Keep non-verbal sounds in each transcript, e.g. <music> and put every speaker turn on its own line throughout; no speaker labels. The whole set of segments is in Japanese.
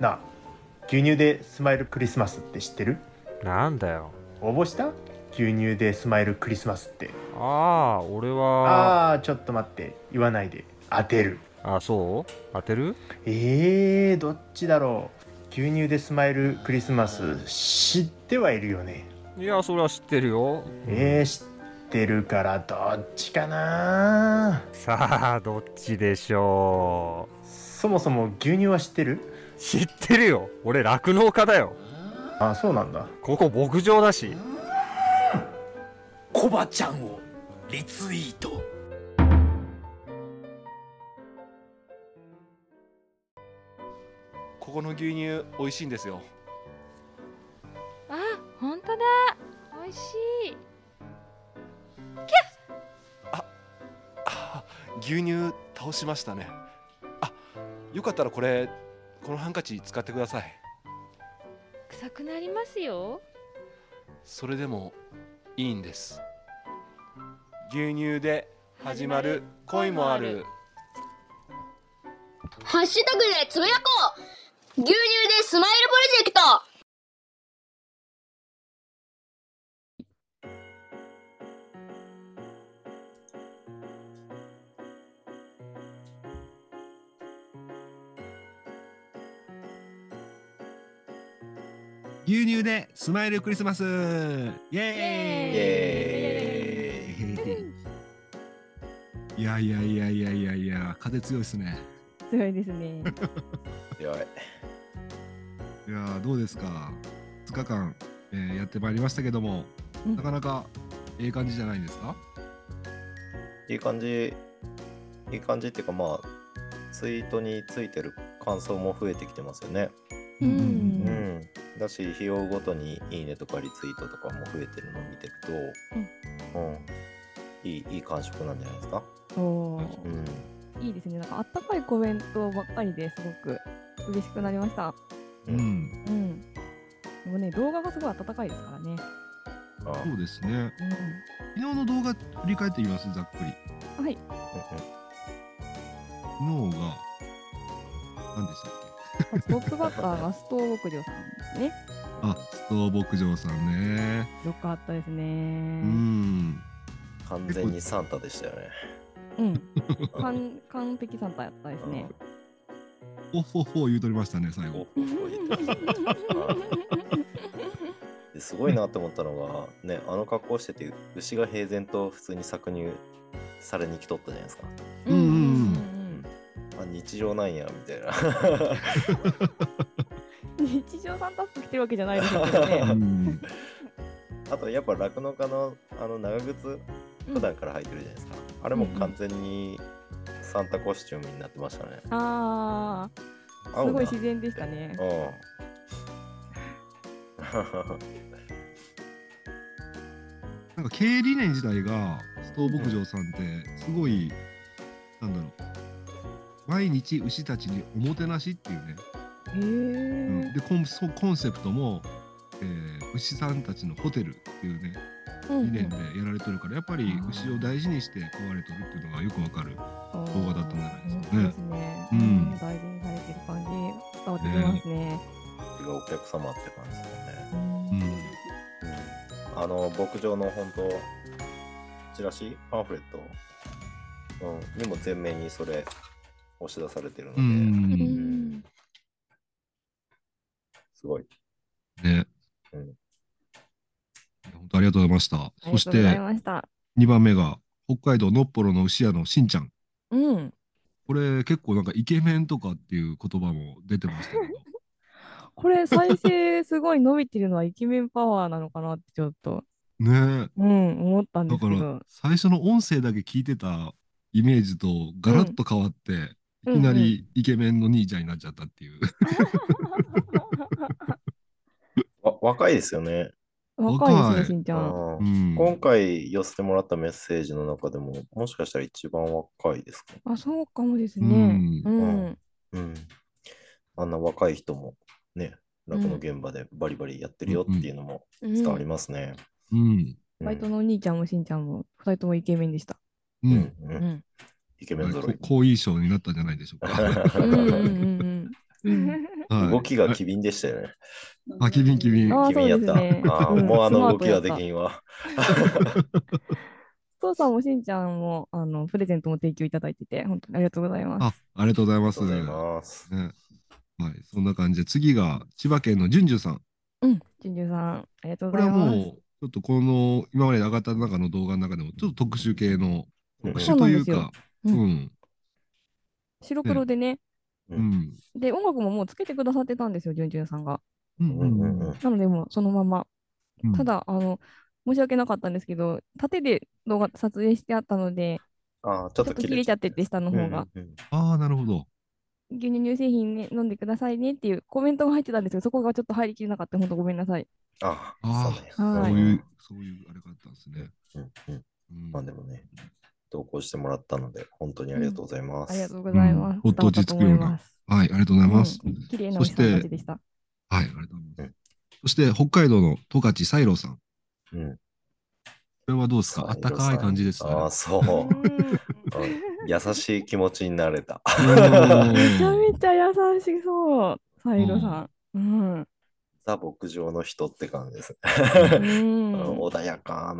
なあ牛乳でスマイルクリスマスって知ってる
なんだよ
応募した牛乳でスマイルクリスマスって
ああ俺は
ああーちょっと待って言わないで当てる
あそう当てる
えー、どっちだろう牛乳でスマイルクリスマス知ってはいるよね
いやそれは知ってるよ、
えー、知ってるからどっちかな
さあどっちでしょ
そもそも牛乳は知ってる
う知ってるよ俺酪農家だよ
あそうなんだ
ここ牧場だし
コバちゃんをリツイート
ここの牛乳美味しいんですよ
あ本当だ美味しい
あ牛乳倒しましたねあよかったらこれこのハンカチ使ってください
臭くなりますよ
それでもいいんです牛乳で始まる恋もある
ハッシュタグでつぶやこう牛乳でスマイルプロジェクト
牛乳でスマイルクリスマスイェーイいやいやいやいやいやいや、風強いですね。
強いですね。
強
い
い。
やー、どうですか ?2 日間、えーやってまいりましたけども、
うん
なかなかええ感じじゃないですか
いい感じ、いい感じっていうか、まあ、ツイートについてる感想も増えてきてますよね。
う。
うんん。だし、費用ごとにいいねとかリツイートとかも増えてるのを見てると、うん。いい、いい感触なんじゃないですか。
お
う
ー
ん。
いいですね。なんかあったかいコメントばっかりですごく嬉しくなりました。
う
う
ん。
ん
うん。でもね、動画がすごい温かいですからね。
ああ
そうですね。昨日の動画振り返ってみます、ざっくり。
うん。はい。
昨日が、何でしたっけ
ストップバッターがストー牧場さんですね。
あ、ストー牧場さんね。
よかったです
う
ね。
ん。
完全にサンタでしたよね。
うん。完完璧サンタやったですね。
ほほほ言うとりましたね、最
お
後。
ですごいなって思ったのが、ね、あの格好してて、牛が平然と普通に搾乳されに来とったじゃないですか。
うんうんうん
あ、日常なんや、みたいな。
うん日常サンタ服着てるわけじゃないですけど
う <laughs>
ね。
ん。
あと、やっぱ酪農家のあの長靴、普段から履いてるじゃないですか。あれも完全にサンタコスチュームになってましたね。
ああ、
合
す
うな
ごい自然でしたね。
<laughs> うん。
なんか経営理念自体が、ストー牧場さんって、すごい、なんだろう。毎日牛たちにおもてなしっていうね。
へ
う
え
ん、。でコンそうコンセプトも、えー牛さんたちのホテルっていうね
うんう
理
ん
念でやられてるからやっぱり牛を大事にして飼われてるっていうのがよくわかる動画だったんじゃないですかね
そうですね。
うん
大事にされてる感じ伝わってきますね。
それがお客様って感じですもんね。
うん
あの牧場の本当チラシパンフレット、うん、にも全面にそれ押し出されてるので、
うん
すごい。
ね
う
い
ん
や本当ありがとうございました
あり
そ
が
し
とうござい
て
ました。
2番目が北海道のっぽろの牛屋のしんちゃん
うん。
これ結構なんかイケメンとかっていう言葉も出てましたけど
<laughs> これ再生すごい伸びてるのはイケメンパワーなのかなってちょっと、
ね
うん、思ったんで
だ
す
か
けど。
ら最初の音声だけ聞いてたイメージとガラッと変わって、いきなりイケメンの兄ちゃんになっちゃったっていう。
わ若いですよね。
若いです
若
ね、
い
しんちゃん。
うん
うん
今回寄せてもらったメッセージの中でも、もしかしたら一番若いですか。
あ、そうかもですね。
う
うんん。
うん。あんな若い人もね、落語現場でバリバリやってるよっていうのも
うん
伝わりますね。
うん。
うん
バイトのお兄ちゃんもしんちゃんも、二人ともイケメンでした。
う。
うんんうん
うん。
イケメン揃い。
好印象になったんじゃないでしょうか。
うんうんうんうん。
はい、
動きが機敏でしたよね。
あ、機敏機敏。
あー
機敏やった。
そうですね
あー
うん
もうあ
スマ
の
ー
動
ト
き
や
が
った
できんわ。
お父さんもしんちゃんもあのプレゼントも提供いただいてて、本当にありがとうございます。
あ、ありがとうございま
ありが
す。
とうございます。
ねはい、そんな感じで、次が千葉県のじゅんじゅさん。
うん、じゅんじゅうさん、ありがとう
こ
ご
れ
ざ
はい
ます。
もう、ちょっとこの今まで上がった中の動画の中でも、ちょっと特殊系の、
うん
特殊というか、
そううなん
ん、
白黒でね、
う
うんん、
で、音楽ももうつけてくださってたんですよ、じゅんじゅんさんが。
う
うん
ん、
うん
うん
うん
なので、もうそのまま。
うん
た、だ、あの、申し訳なかったんですけど、縦で動画撮影してあったので、
あーちょっ
ちょ
と
っと切れちゃってて、下の方が。
うんうん
ああ、なるほど。
牛乳乳製品、ね、飲んでくださいねっていうコメントが入ってたんですけど、そこがちょっと入りきれなかった。本当ごめんなさい。
あ
あ
あ
ー、
そうね
はい
そういう、そういうあれがあったんですね。
うんうん
うん
まあでもね、投稿してもらったので、本当にありがとうございます。
ありがとうございます。
うんほっと落ち着くような
伝わったと思います。
はい、ありがとうございます。
うん綺麗な
そ
おじ
し
さんたち
て、
でした。
はい、ありがとうございます。
うん
そして、北海道の十勝サイローさん。こ
うん
れはどうですかあったかい感じですね。
ああ、そうう。
<laughs>
ん
うん優しい気持ちになれた。
<laughs> めちゃ
う
めちゃ優しそう、サイロさん。うん。
ザ牧場の人って感じです
う
ね。 <laughs> うん
ん。
穏やか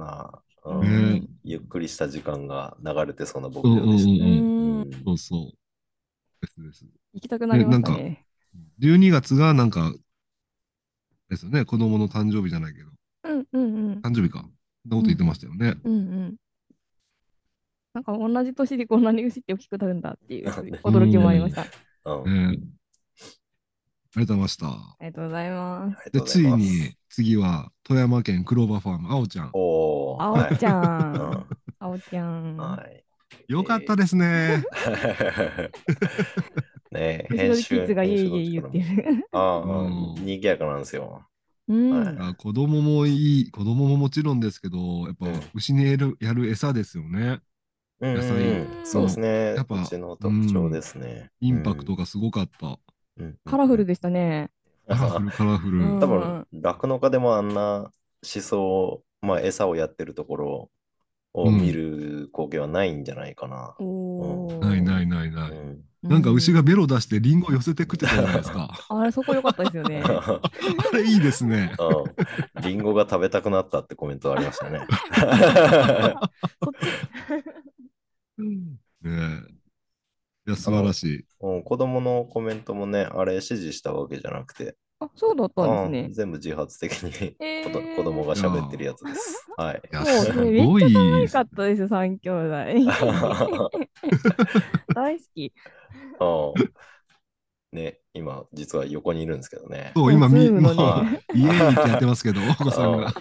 な、うん
んね
ゆっくりした時間が流れてそうな牧
うん
場
うんう
でしたね。
ん。
うん
そうそう。ですです。
行きたくなりましたね。
12月がなんか、ですよね、子供の誕生日じゃないけど、
うんうんうん。
誕生日か。そんなこと言ってましたよね。
うんうん。なんか同じ年でこんなに牛って大きくなるんだっていう驚きもありました。あ
うん
ねありがとうございました。
りがとうございます。
ありがと
で、
うご
つ
ざ
い
ます
に、次は、富山県クローバーファーム、あおちゃん。
おお。
あおちゃ
<laughs>
ん。
は
あおちゃ。
いうんんはい。
よかったです
<laughs>
ね。
ねえ、
後ろ
編
でキ
集
ッズがイエイイエイ
編集の力も
言って
<laughs>
る。
ああ、
うん
賑やかなんですよ。
うん。
あ子供もいい、子供ももちろんですけど、やっぱ
うん
牛にやるやる餌ですよね。
うんうん
野菜
うんそうですね。
やっぱ
うちの特徴ですね。
インパクトがすごかった。
うん。うん
カラフルでしたね。
カラフル、カラフル。
うん
多分、酪農家でもあんな思想を、まあ、餌をやってるところを見る光景はないんじゃないかな。
おー
ないないないな
う
い。
ん。 <laughs>
なんか牛がベロ出してリンゴ寄せて食ってたじゃないですか。
<laughs>
うん。あれ、そこ良かったですよね。
あれいいですね。
うんリンゴが食べたくなったってコメントありま
<laughs>
したね。
そっち。
ねえいや、素晴らしい。
うん子供のコメントもね、あれ指示したわけじゃなくて、
あ、そうだったん
うん
ですね。
全部自発的に
え
子ど
ー
子供が喋ってるやつです。
<laughs>
はい。
いや、
そう
す
めっちゃ
ごい。
良かったです、三兄弟。 <laughs> 大好き。
うんね、今、実は横にいるんですけどね。
そう、今、み、
ズームのね
今家に
はい
ってやってますけ
<laughs>
ど、お子さんが。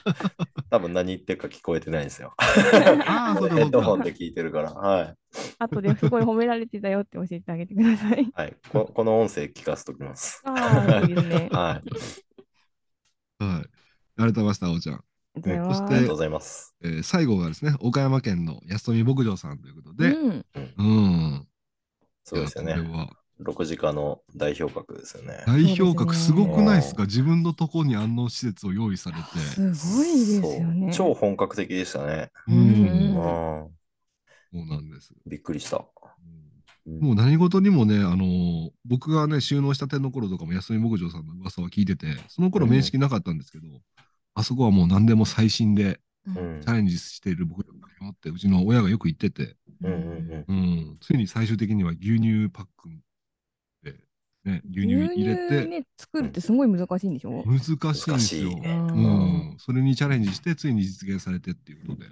多分何言ってるか聞こえてないんですよ。
ああ、そうか
ヘ
そ
ッ
う
ドホン
か。
で聞いてるから。はい。
あとですごい褒められてたよって教えてあげてくだ
<laughs>
さい。
はい、ここの音声聞かせときます。
ああ、いいですね。あ
はい。
はい。ありがとうございました、あおちゃん。
りがとうご
そ
ざいま
あ
し
す
りが
て
とうございます。
えー最後がですね、岡山県の安富牧場さんということで、
うん、
うん。
そうですよ
いや
ね。
これは
6時間の代表格ですよね。
代表格すごくないですか
う
自分のとこにあの施設を用意されて。
すごいですよね。
そう超本格的でしたね。
う
うん
ん。
うん。
そうなんです。
びっくりした。
うんもう何事にもね、あのー僕がね、収納したての頃とかも安井牧場さんの噂は聞いてて、その頃面識なかったんですけど、あそこはもう何でも最新で
うん
チ。ャレンジしている牧場だよって、うちの親がよく言ってて、
うんうん
うん、ついに最終的には牛乳パックで、ね、牛乳入れて、
ね、作るってすごい難しいんでしょ、
難しいんですよ
難しい。ね
う
うん
ん、それにチャレンジして、ついに実現されてっていうことで。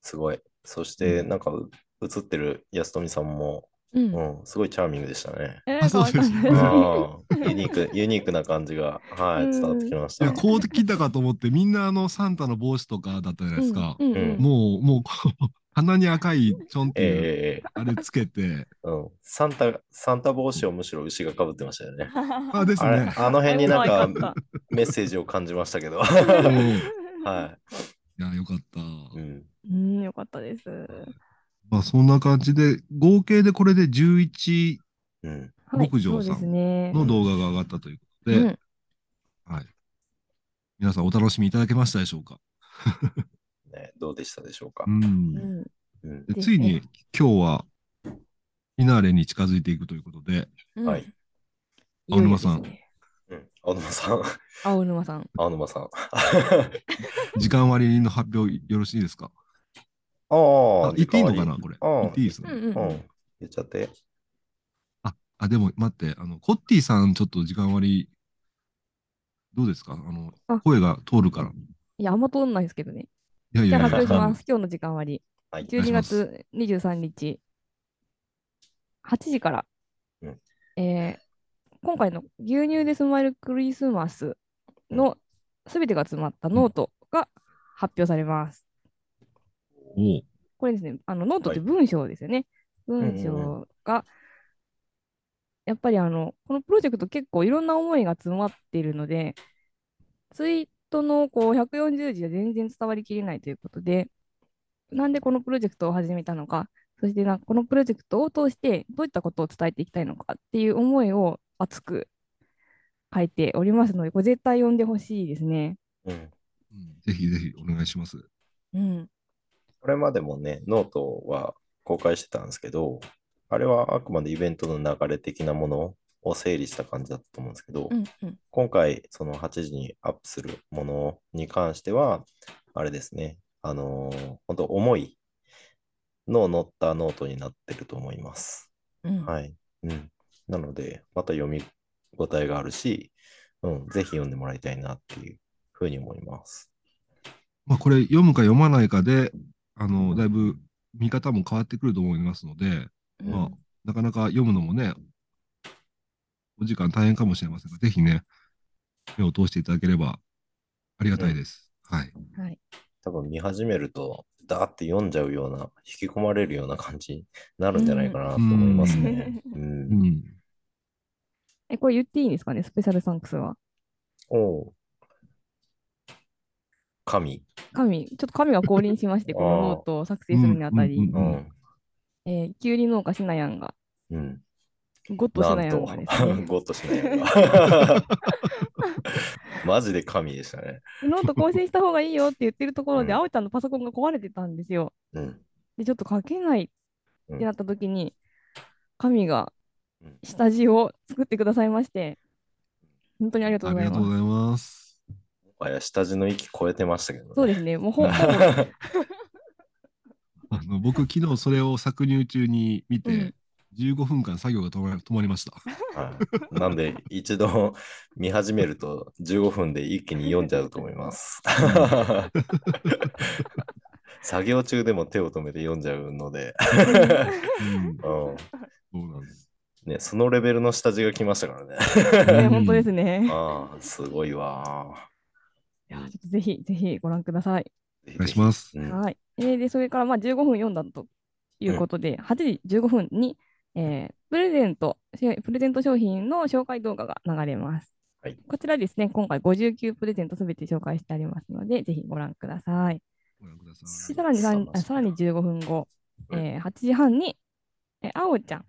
すごい。そして、なんかう映ってる安富さんも、
うん
うん、すごいチャーミングでしたね。
え
あ
ー、
そうです
変
うん
わっ
ユニーク、ユニークな感じが、はい、伝わってきまし
い
た。
や、こう来たかと思って、みんなあの、サンタの帽子とかだったじゃな
た
いですか。
うんうんうん
もう、もうこう、鼻に赤いちょんっていう、
ええええええ
あれつけて、
うん、サンタ、サンタ帽子をむしろ牛がかぶってましたよね。
あ、 <laughs> です
あれ、
ね。
あの辺になん
可
か
愛かった
メッセージを感じましたけど。
うん
はい
いや、よかった。
い。うん。
うん、よかったです。
まあ、そんな感じで、合計でこれで11
うん。
はい
牧場さん
そうですね。
の動画が上がったということで、
うん、
はい。皆さんお楽しみいただけましたでしょうか。
ね、どうでしたでしょうか
う。ん。
うん、
うん。
で
ですね
ついに今日はフィナーレに近づいていくということで、
うん
はい。
青沼さん
良いですね
うん、青沼
<laughs>
さん。
青沼さん。
青沼さん。あ
時間割の発表よろしいですかあ
あ
言っていいのかなこれ。
ああ
言っていいです
う
ね
ん。うん
う
うん。
ん。言っちゃって。
あ、あ、でも待って、あの、コッティさん、ちょっと時間割、どうですかあの、
あ
声が通るから。い
いや、あんま通んないですけどね。
やい
じ
や
ゃあ
いや、
発表し
あ
ま
の
す。今日の時間割。
はい。
お願いし
12
ます
月23日、8時から、
うん
えー今回の牛乳でスマイルクリスマスのすべてが詰まったノートが発表されます。
おう
これですね、あのノートって
は
文章ですよね。
んうんうん
文章が、やっぱりあの、このプロジェクト結構いろんな思いが詰まっているので、ツイートのこう140字じゃ全然伝わりきれないということで、なんでこのプロジェクトを始めたのか、そしてなんかこのプロジェクトを通してどういったことを伝えていきたいのかっていう思いを熱く書いておりますので、これ絶対読んでほしいですね。
うん。
うんぜひぜひお願いします。
うん。
これまでもね、ノートは公開してたんですけど、あれはあくまでイベントの流れ的なものを整理した感じだったと思うんですけど、
うんうん。
今回、その8時にアップするものに関しては、あれですね、あのー本当重いのを乗ったノートになってると思います。
うん
はい。うん。なので、また読み応えがあるし、うん、ぜひ読んでもらいたいなっていうふうに思います。
まあ、これ、読むか読まないかで、あの、だいぶ見方も変わってくると思いますので、まあ、なかなか読むのもね、お時間大変かもしれませんが、ぜひね、目を通していただければありがたいです。はい。
はい。
多分見始めると、ダーって読んじゃうような、引き込まれるような感じになるんじゃないかなと思いますね。うん。
うん。
え、これ言っていいんですかね、スペシャルサンクスは。
おう神。
神、ちょっと神が降臨しまして、
あー
このノートを作成するにあ
う
た
んうん
り
う、
うんん。
えー、キュウリ農家シナヤンが、
うん。
ゴッ
<laughs>
ドシ
な
ナ
ん
ヤン
と
がですね、、
ゴッとしないが。マジで神でしたね。
<laughs> ノート更新した方がいいよって言ってるところで、
うん
あおちゃんのパソコンが壊れてたんですよ。
うん。
で、ちょっと書けないってなった時に、神が
うん
下地を作ってくださいまして、本当にありがとう
あ
ご
り
ざい
がとうご
ます。
ざいます。
もはや下地の域超えてましたけどね。
そうですね、もうほぼ、
<laughs>
あの僕、昨日それを搾乳中に見
う
て
ん、
15分間作業が止ま止まりました。
はいなんで、一度見始めると15分で一気に読んじゃうと思います。 <laughs> 作業中でも手を止めて読んじゃうので、
うん、
うん
そうなんです。
ね、そのレベルの下地が来ましたから
<laughs>
ね、 <laughs>
ね。
本当ですね。
ああ、すごいわ
いやちょっとぜひ、ぜひご覧ください。
ー。
お願いします。
うん
はい。えーで、それからまあ15分読んだということで、8時15分に、えープレゼント、しプレゼント商品の紹介動画が流れます。
はい
こちらですね、今回59プレゼントすべて紹介してありますので、ぜひご覧ください。
ご覧くださ
す
い。
さらにさん
楽しみ
あ
だ
さらに15分後、
うん
えー8時半に、えー、あおちゃん、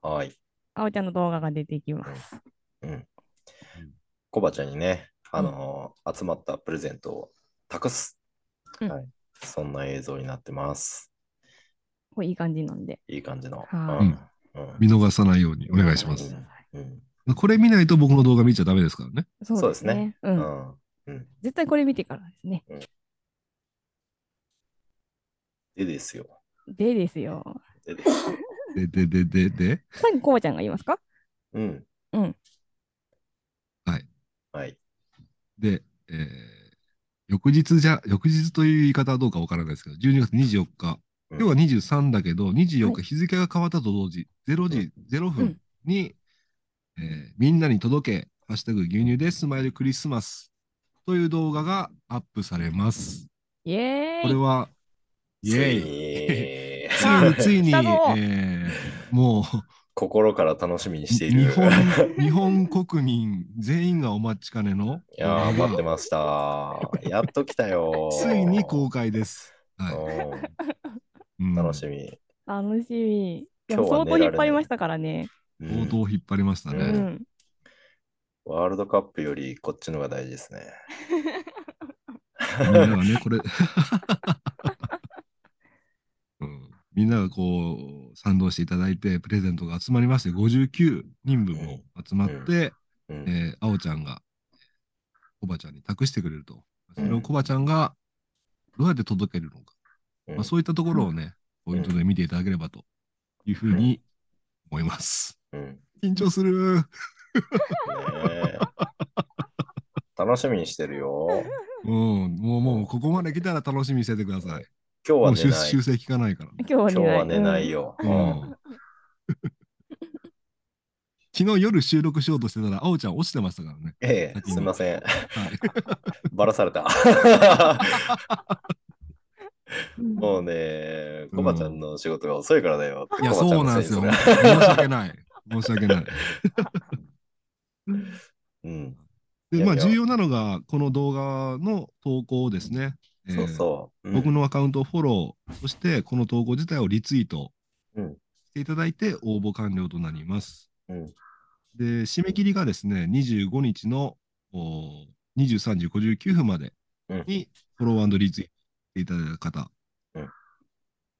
はい。
あおちゃんの動画が出てきます。
うん。コバちゃんにね、あのー集まったプレゼントを託す、
うん
はい。そんな映像になってます。
これいい感じなんで。
いい感じの。
は
うんうん
見逃さないようにお願いします。
うん
これ見ないと僕の動画見ちゃダメですからね。
そう
そうですね
う。
うんんうん
絶対これ見てからですね。
でですよ。
でですよ。
でですよ。
で、で、で、で、で、
最後、こうちゃんが言いますか
うん。
うん。
はい。
はい。
で、えー翌日じゃ、翌日という言い方はどうかわからないですけど、12月24日、
うん
今日は23だけど、24日
は
日付が変わったと同時、0時、0分に、えーみんなに届け、ハッシュタグ牛乳でスマイルクリスマスという動画がアップされます。
イエ
こ
ー
れ
イ
は、イェイ
イエ
<laughs> つい
ーイ
についに、
来たぞ
えーもう、
心から楽しみにしてい
日
る。
本、日本国民全員がお待ちかねの
いやー、
動画
待ってました。やっと来たよ。
ついに公開です。は
う
い。
ん
うん
楽しみ。
楽しみ。いや
今日
相
は
当引
寝られない
っ張りましたからね。
うん
冒頭引っ張りました
う
う
ね。
ん。
ワールドカップよりこっちのが大事ですね。 <laughs>
みんなはね、これ。うんみんながこう、賛同していただいて、プレゼントが集まりまして、59人分も集まって、
うん
えー、あおちゃんが、コバちゃんに託してくれると。そ
うん
れをコバちゃんが、どうやって届けるのか。
うん
まあ、そういったところをね、ポイントで見ていただければというふうに思います。
うんね
緊張する。
え楽しみにしてるよ。
うん、もう、もう、ここまで来たら楽しみにしててください。
今日
も
は
う
寝
修
ない。
修正聞かないから。
今日は
今
寝
日
ない。
は寝ないよ。
う
うん
ん昨日夜収録しようとしてたら、あおちゃん落ちてましたからね。
ええ、すみません。
はい、
ばらされた。もうね、コバちゃんの仕事が遅いからだよって。
いや、
コバちゃ
そう
の
なんで
せい
すよ。
に
申
す
し訳ない。申し訳ない。
るうん、い
で、
やい
ま
や
あ、重要なのが、この動画の投稿ですね。えー
そうそう。うん
僕のアカウントをフォロー、そして、この投稿自体をリツイート
うん
していただいて、応募完了となります。
うん
で、締め切りがですね、25日のおー23時59分まで
うん
にフォローリツイートしていただいた方
うん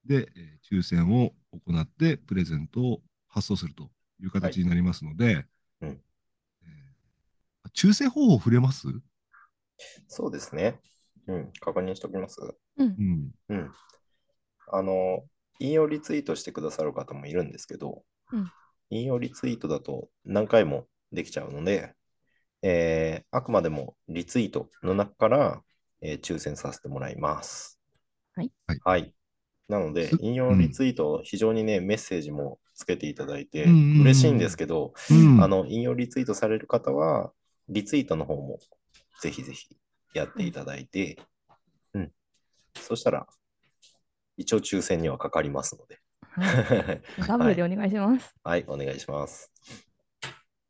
で、えー抽選を行ってプレゼントを発送するという形になりますので、
うん
えー抽選方法触れます、う
そうですね。うん、確認しておきます。
ん、
うん。あの、引用リツイートしてくださる方もいるんですけど、
うん
引用リツイートだと何回もできちゃうので、えーあくまでもリツイートの中から、えー抽選させてもらいます。
はい
はい、
なのです引用リツイート、非常にね、メッセージもつけていただいて、
うんうんうん
嬉しいんですけど、
うん
あの、引用リツイートされる方は、リツイートの方もぜひぜひやっていただいて、うん。そしたら、一応抽選にはかかりますので。
ダブルでお願いします。
<laughs> はい、お願いします。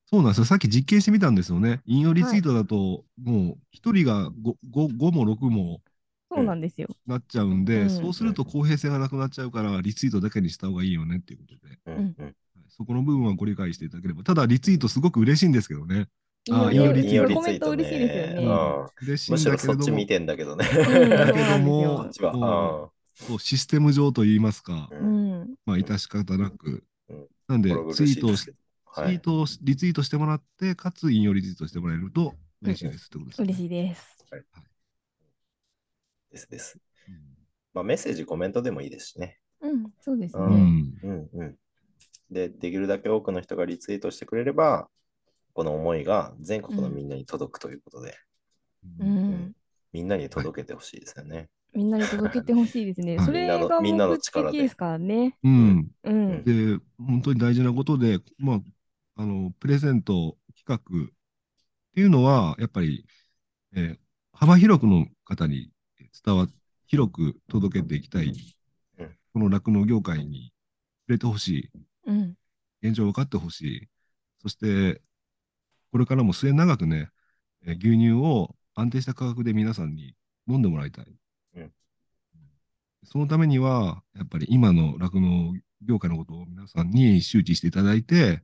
そうなんですよ。さっき実験してみたんですよね。引用リツイートだと、もう一人が 5, 5も6も
そうなんですよ。
なっちゃうんで、
うん
そうすると公平性がなくなっちゃうから、リツイートだけにした方がいいよねっていうことで、
うんうん
はいそこの部分はご理解していただければ。ただ、リツイートすごく嬉しいんですけどね。あ
いいよ
引用リツイート
コメント嬉しいですよね。
う
うん
ん
嬉しい
む
ん
し
だ
ろ
け
そ
れ
っ
ど
ち
も
見、てんだけどね。
だけど
そうなん
も
で、
<laughs> こっちは。
もうこうシステム上といいますか
う、
うんん。
まあ、致し方なく
うん。
なんで
これは、
ツイ
嬉し
ー
い
トを
で
し
す
ツ
け
イ
どはい
ートをリツイートしてもらって、かつ引用リツイートしてもらえると嬉しいですってことです、
嬉し
い。
いです。
ですです。まあ、メッセージ、コメントでもいいですしね。
うん、そうです
う
ね。
ん。
うんうん。で、できるだけ多くの人がリツイートしてくれれば、この思いが全国のみんなに届くということで、
う
うん
ん。
みんなに届けてほしいですよね。
みんなに届けてほしいですね。
はい
それが
みんなの
目的ですからね。
うん
うん。
で、本当に大事なことで、まあ、あの、プレゼント企画っていうのは、やっぱり、えー幅広くの方に伝わ、広く届けていきたい
うん、
この酪農業界に触れてほし
<laughs>
うん。
い、現状を分かってほしい、そして、これからも末永くね、えー牛乳を安定した価格で皆さんに飲んでもらいたい。
うん
そのためには、やっぱり今の酪農業界のことを皆さんに周知していただいて、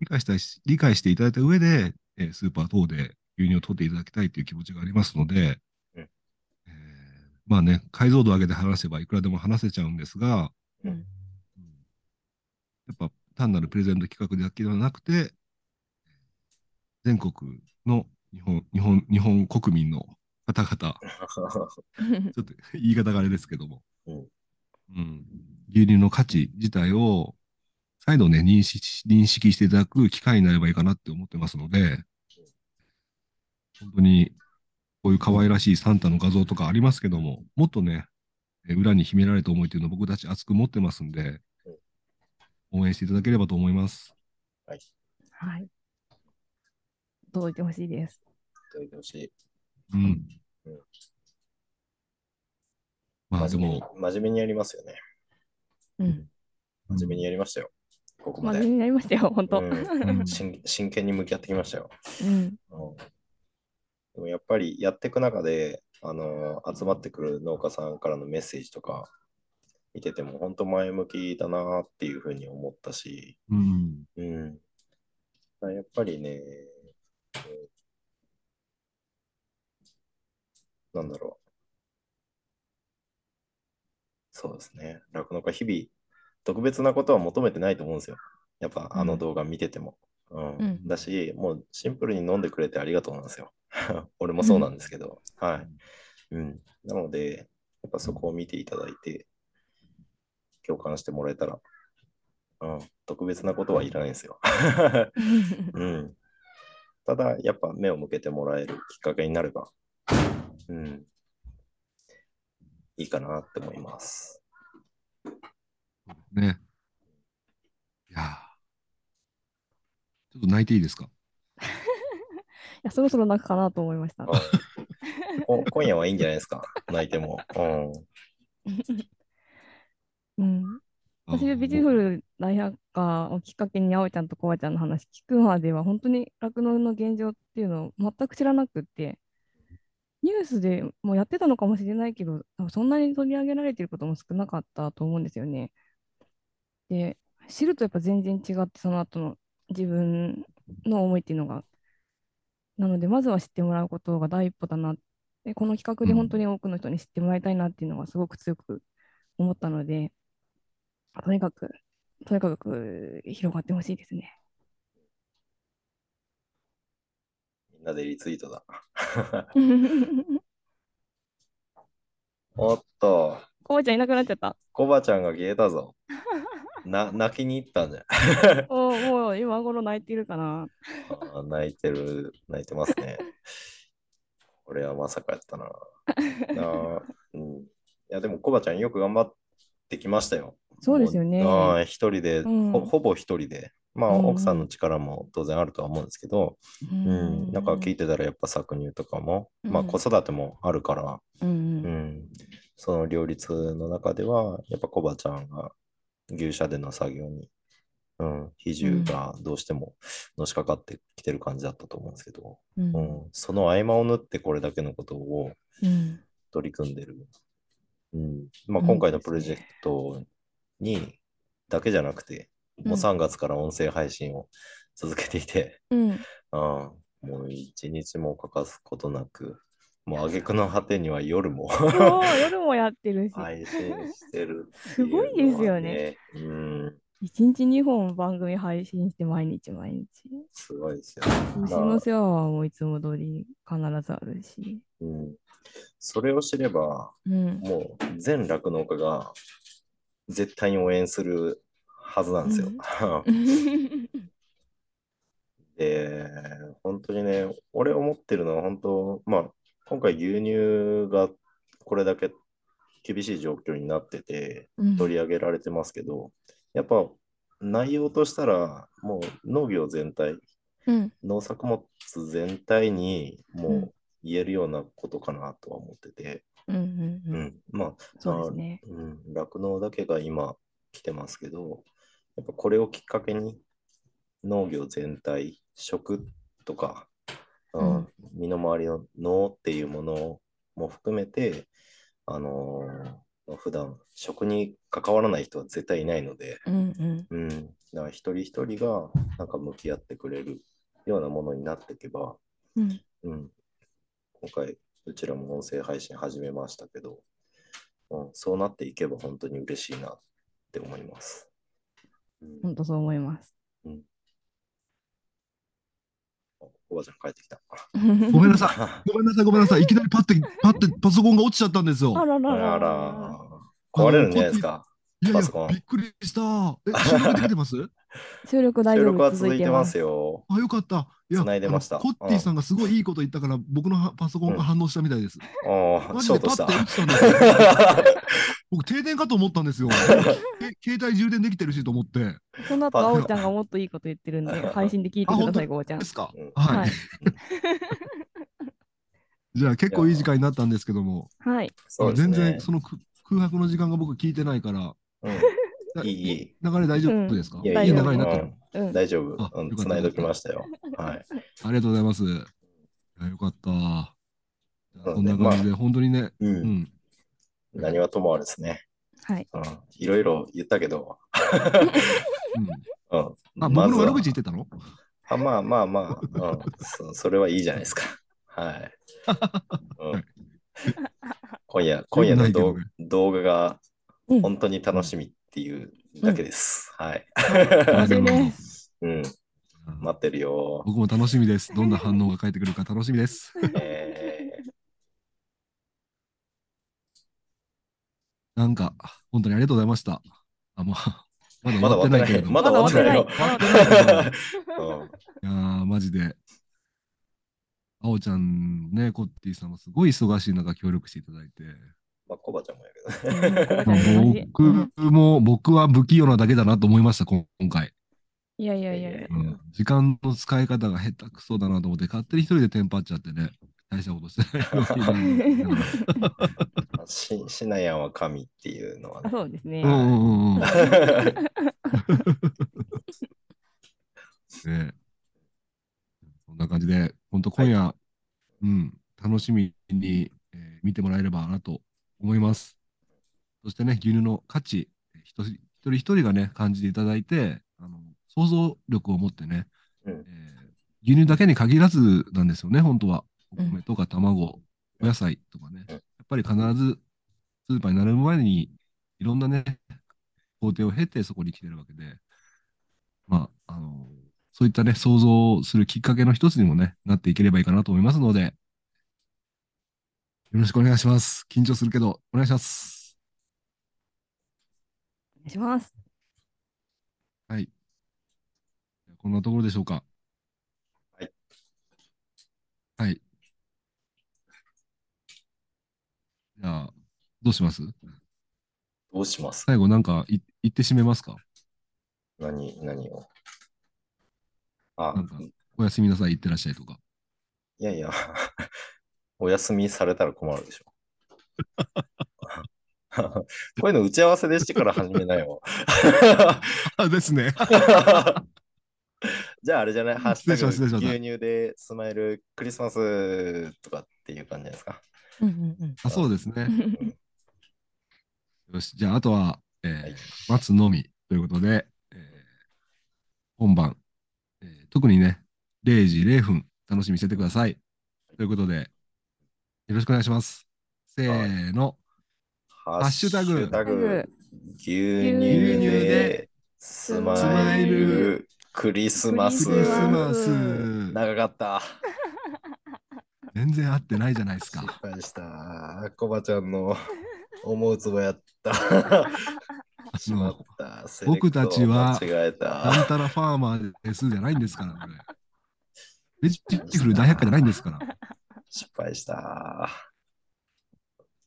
理解したし、理解していただいた上で、えースーパー等で牛乳を取っていただきたいという気持ちがありますので、
うん
えーまあね、解像度を上げて話せばいくらでも話せちゃうんですが、
うん
やっぱ単なるプレゼント企画だけではなくて、全国の日本、日本、日本国民の方々、ちょっと言い方があれですけども、
うん
うん牛乳の価値自体を再度ね認識、認識していただく機会になればいいかなって思ってますので、本当にこういう可愛らしいサンタの画像とかありますけども、もっとね、え裏に秘められた思いというのを僕たち熱く持ってますんで、応援していただければと思います。
はい。
はい。届いてほしいです。
届いてほしい。
うん
うん。
まあで
真面目に
も、
真面目にやりますよね。
うん。
真面目にやりましたよ。ここ
真
ま
面目
で。
になりましたよ、本当。
う
うん
真真剣に向き合ってきましたよ。
うん。 <laughs>
うんでもやっぱりやっていく中で、あのー集まってくる農家さんからのメッセージとか見てても本当前向きだなっていうふうに思ったし、
うん
うん、やっぱりね、えーなんだろう。そうですね。酪農家日々特別なことは求めてないと思うんですよ。やっぱ
うん
あの動画見てても。うん
うん
だし、もうシンプルに飲んでくれてありがとうなんですよ。 <laughs> 俺もそうなんですけど。はい。うん。なので、やっぱそこを見ていただいて、共感してもらえたら、うん、特別なことはいらないんですよ。うん、ただ、やっぱ目を向けてもらえるきっかけになれば、うん、いいかなって思います。
ね。いやーちょっと泣いていいですか
や、そろそろ泣くかなと思いま
<laughs>
した。
こ今夜はいいんじゃないですか、 <laughs> 泣いても。う
うん。
あの
私はビューティフル大百科をきっかけに、あおちゃんとこわちゃんの話聞くまでは、本当に酪農の現状っていうのを全く知らなくって、ニュースでもうやってたのかもしれないけど、多分そんなに取り上げられてることも少なかったと思うんですよね。で、知るとやっぱ全然違って、その後の自分の思いっていうのが。なので、まずは知ってもらうことが第一歩だな。で、この企画で本当に多くの人に知ってもらいたいなっていうのがすごく強く思ったので、とにかく、とにかく広がってほしいですね。
ん、みんなでリツイートだ。
こ
おっと、
わちゃんいなくなっちゃった。
コバちゃんが消えたぞ。な泣きに行ったんじゃん。
おーもう今頃泣いているかな。
あー泣いてる、泣いてますね。これはまさかやったな。なあうん、いや、でも、コバちゃんよく頑張ってきましたよ。
そうですよね
もうあー一人で、
うん
ほ、ほぼ一人で。まあ、
うんうん
奥さんの力も当然あるとは思うんですけど、
う
うんなんか聞いてたらやっぱ搾乳とかも、まあ
うん
子育てもあるから、
う
うんん、その両立の中では、やっぱコバちゃんが牛舎での作業に、うん、比重がどうしてものしかかってきてる感じだったと思うんですけど、
うん
う、
うん
その合間を縫ってこれだけのことを
ん
取り組んでる。うんまあ、
うん
今回のプロジェクトにだけじゃなくて、もう3月から音声配信を続けていて、 <laughs>
うん
うん、もう一日も欠かすことなく、もう挙句の果てには夜も
そう夜もやってるし、
配信してるって
す
うの
ご
はね、
いですよね。
うん、
一日二本番組配信して毎日毎日。
すごいですよ
牛
ね。
の世話はもういつも通り必ずあるし。
うん、それを知れば、
うん。
もう全酪農家が絶対に応援するはずなんですよ。 <laughs> で、本当にね、俺思ってるのは本当、まあ、今回牛乳がこれだけ厳しい状況になってて
うん
取り上げられてますけど、やっぱ内容としたらもう農業全体、
うん
農作物全体にも
うん
う言えるようなことかなとは思ってて、
うんうんう。
うんん、まあ
そうですね。
うん、酪農だけが今来てますけど、やっぱこれをきっかけに農業全体、食とか、うん
うん
身の回りの農っていうものも含めて、あのー普段食に関わらない人は絶対いないので、
うんうん
うん、だから一人一人がなんか向き合ってくれるようなものになっていけば、
うん
うん、今回うちらも音声配信始めましたけど、うん、そうなっていけば本当に嬉しいなって思います。うん、
本当そう思います。
おおばあちゃん帰ってきた。
ごめんなさい。
あ <laughs>
ごめんなさい、ごめんなさい。いきなりパッて、パッて
<laughs>
パソコンが落ちちゃったんですよ。
あららら
ら、壊れるんじゃないですか。
いやいや
パソコン、
びっくりした。え、収録できてます
収録大
収
丈
録は
夫続
続
い
い
て
て
ま
ますす。よ。
あ、よかった。い
繋いでました
あのコッティさんがすごいいいこと言ったから、僕のはパソコンが反応したみたいです。
ああ、
マ
シ
ジ
ョー
で
ト
パ
し
ッて。落ちたん
た
ですよ。
<laughs>
僕、停電かと思ったんですよ。え携帯充電できてるしと思って。で
その後、あおちゃんがもっといいこと言ってるんで、配信で聞いてください、ごおちゃん。
すか
うん
は
はい
い。 <laughs> じゃあ、結構いい時間になったんですけども、
はい。
そうです
全
ね
然その空空白の時間が僕聞いてないから、
うんいい、いい。
流れ大丈夫ですか、
い
や
い
い
流
や
れになってる。
う
うん
ん。
大丈夫
あ。
うん
よかった
繋いどきましたよ。はい。
ありがとうございます。いやよかった。
そう
こ
ね
んな感じで、本当にね、
う。
うんん。
何はともあれですね。
はい。
うん。いろいろ言ったけど。
うん、
う
あ、
ん。ま
僕
ず
の
は
悪口言ってたの
あまあまあまあ、うんそ、それはいいじゃないですか。はい。うん、今夜、今夜の動
よくな
動画が
うん
本当に楽しみっていうだけです。はい。
楽しみです。
うん。待ってるよ。
僕も楽しみです。どんな反応が返ってくるか楽しみです。
<laughs> え
なんか、本当にありがとうございました。あ、まあ、まだ
ー
終
まだ
わってな
終わっ
いけ
て
れども。
ない。まだ終わってないよ。
まだ
終わってない
うん
いやー、マジで。あおちゃん、ね、コッティさんもすごい忙しい中協力していただいて。
まあ、コバちゃんもやけどね。
うん
まあ僕も、僕は不器用なだけだなと思いました、今今回。
いやいやいやいや。
うん時間の使い方が下手くそだなと思って、勝手に一人でテンパっちゃってね、大したことしてないわけなんだけど
しシナヤンは神っていうのは
あ
ね。
そうですね
う。んうんうんうん。ねえそんな感じで、本当今夜、うん、楽しみに、えー見てもらえればなと思います。そしてね、牛乳の価値、一人一人一人がね、感じていただいて、あの想像力を持ってね、
うん
えー牛乳だけに限らずなんですよね、本当は。お
うん
米とか卵、お野菜とかね。
うん
やっぱり必ずスーパーに並ぶ前に、いろんなね、工程を経てそこに来てるわけで、まあ、あの、そういったね、想像するきっかけの一つにもね、なっていければいいかなと思いますので、よろしくお願いします。緊張するけど、お願いします。
お願いします。
はい。こんなところでしょうか。
はい。
はい。じゃあ、どうします
<laughs> どうします
最後なんかい言って締めますか
何、何をあ
なんか、おやすみなさい、行ってらっしゃいとか。
いやいや、 <laughs> お休みされたら困るでしょ。 <laughs> こういうの打ち合わせでしてから始めなよ。
<laughs>
<laughs>
あ、ですね。
じゃああれじゃない、ハッシ
失礼しま
ュ
した失
タ
礼しま
グ
した
牛乳でスマイルクリスマスとかっていう感じですか。
うんうん
あ、そうです
<laughs>
ね。
うん。
よし、じゃあ、あとは、えー
はい
待つのみということで、えー本番、えー特にね、0時0分、楽しみにしててください。ということで、よろしくお願いします。せーの、
ハ
ッシュタグ
牛乳でスマイルクリスマス。
クリスマス
長かった。
全然合ってないじゃないです
失
か。
敗した。コバちゃんの思うつぼやった。しまった。セレクトを間違え
な
た
ん。たらファーマーですじゃないんですから、これ。ベジティフル大百科じゃないんですから。
失敗した。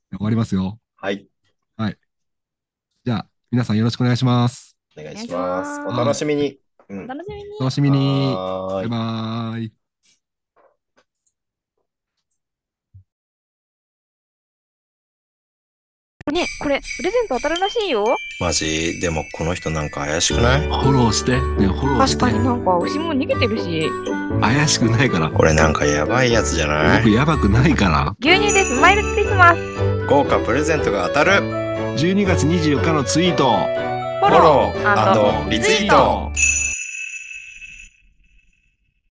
終わりますよ。
はい。
じゃあ、皆さんよろしくお願いします。
お願いします。
お願いし
お
ます
楽しみに。うん
お楽しみに。
お楽しみに。
は
バイ
ーい
バーイ。
ね、これ、プレゼント当たるらしいよ。
マジでもこの人なんか怪しくない
フォローして、ね、フォローし
確
て
か。になんか、牛も逃げてるし。
怪しくないから。
これなんかやばいやつじゃな
僕
い
やばくないから。
牛乳でスマイルクリスマス。フ
豪華プレゼントが当たる
12月24日のツイート。
ォロー。
リツイート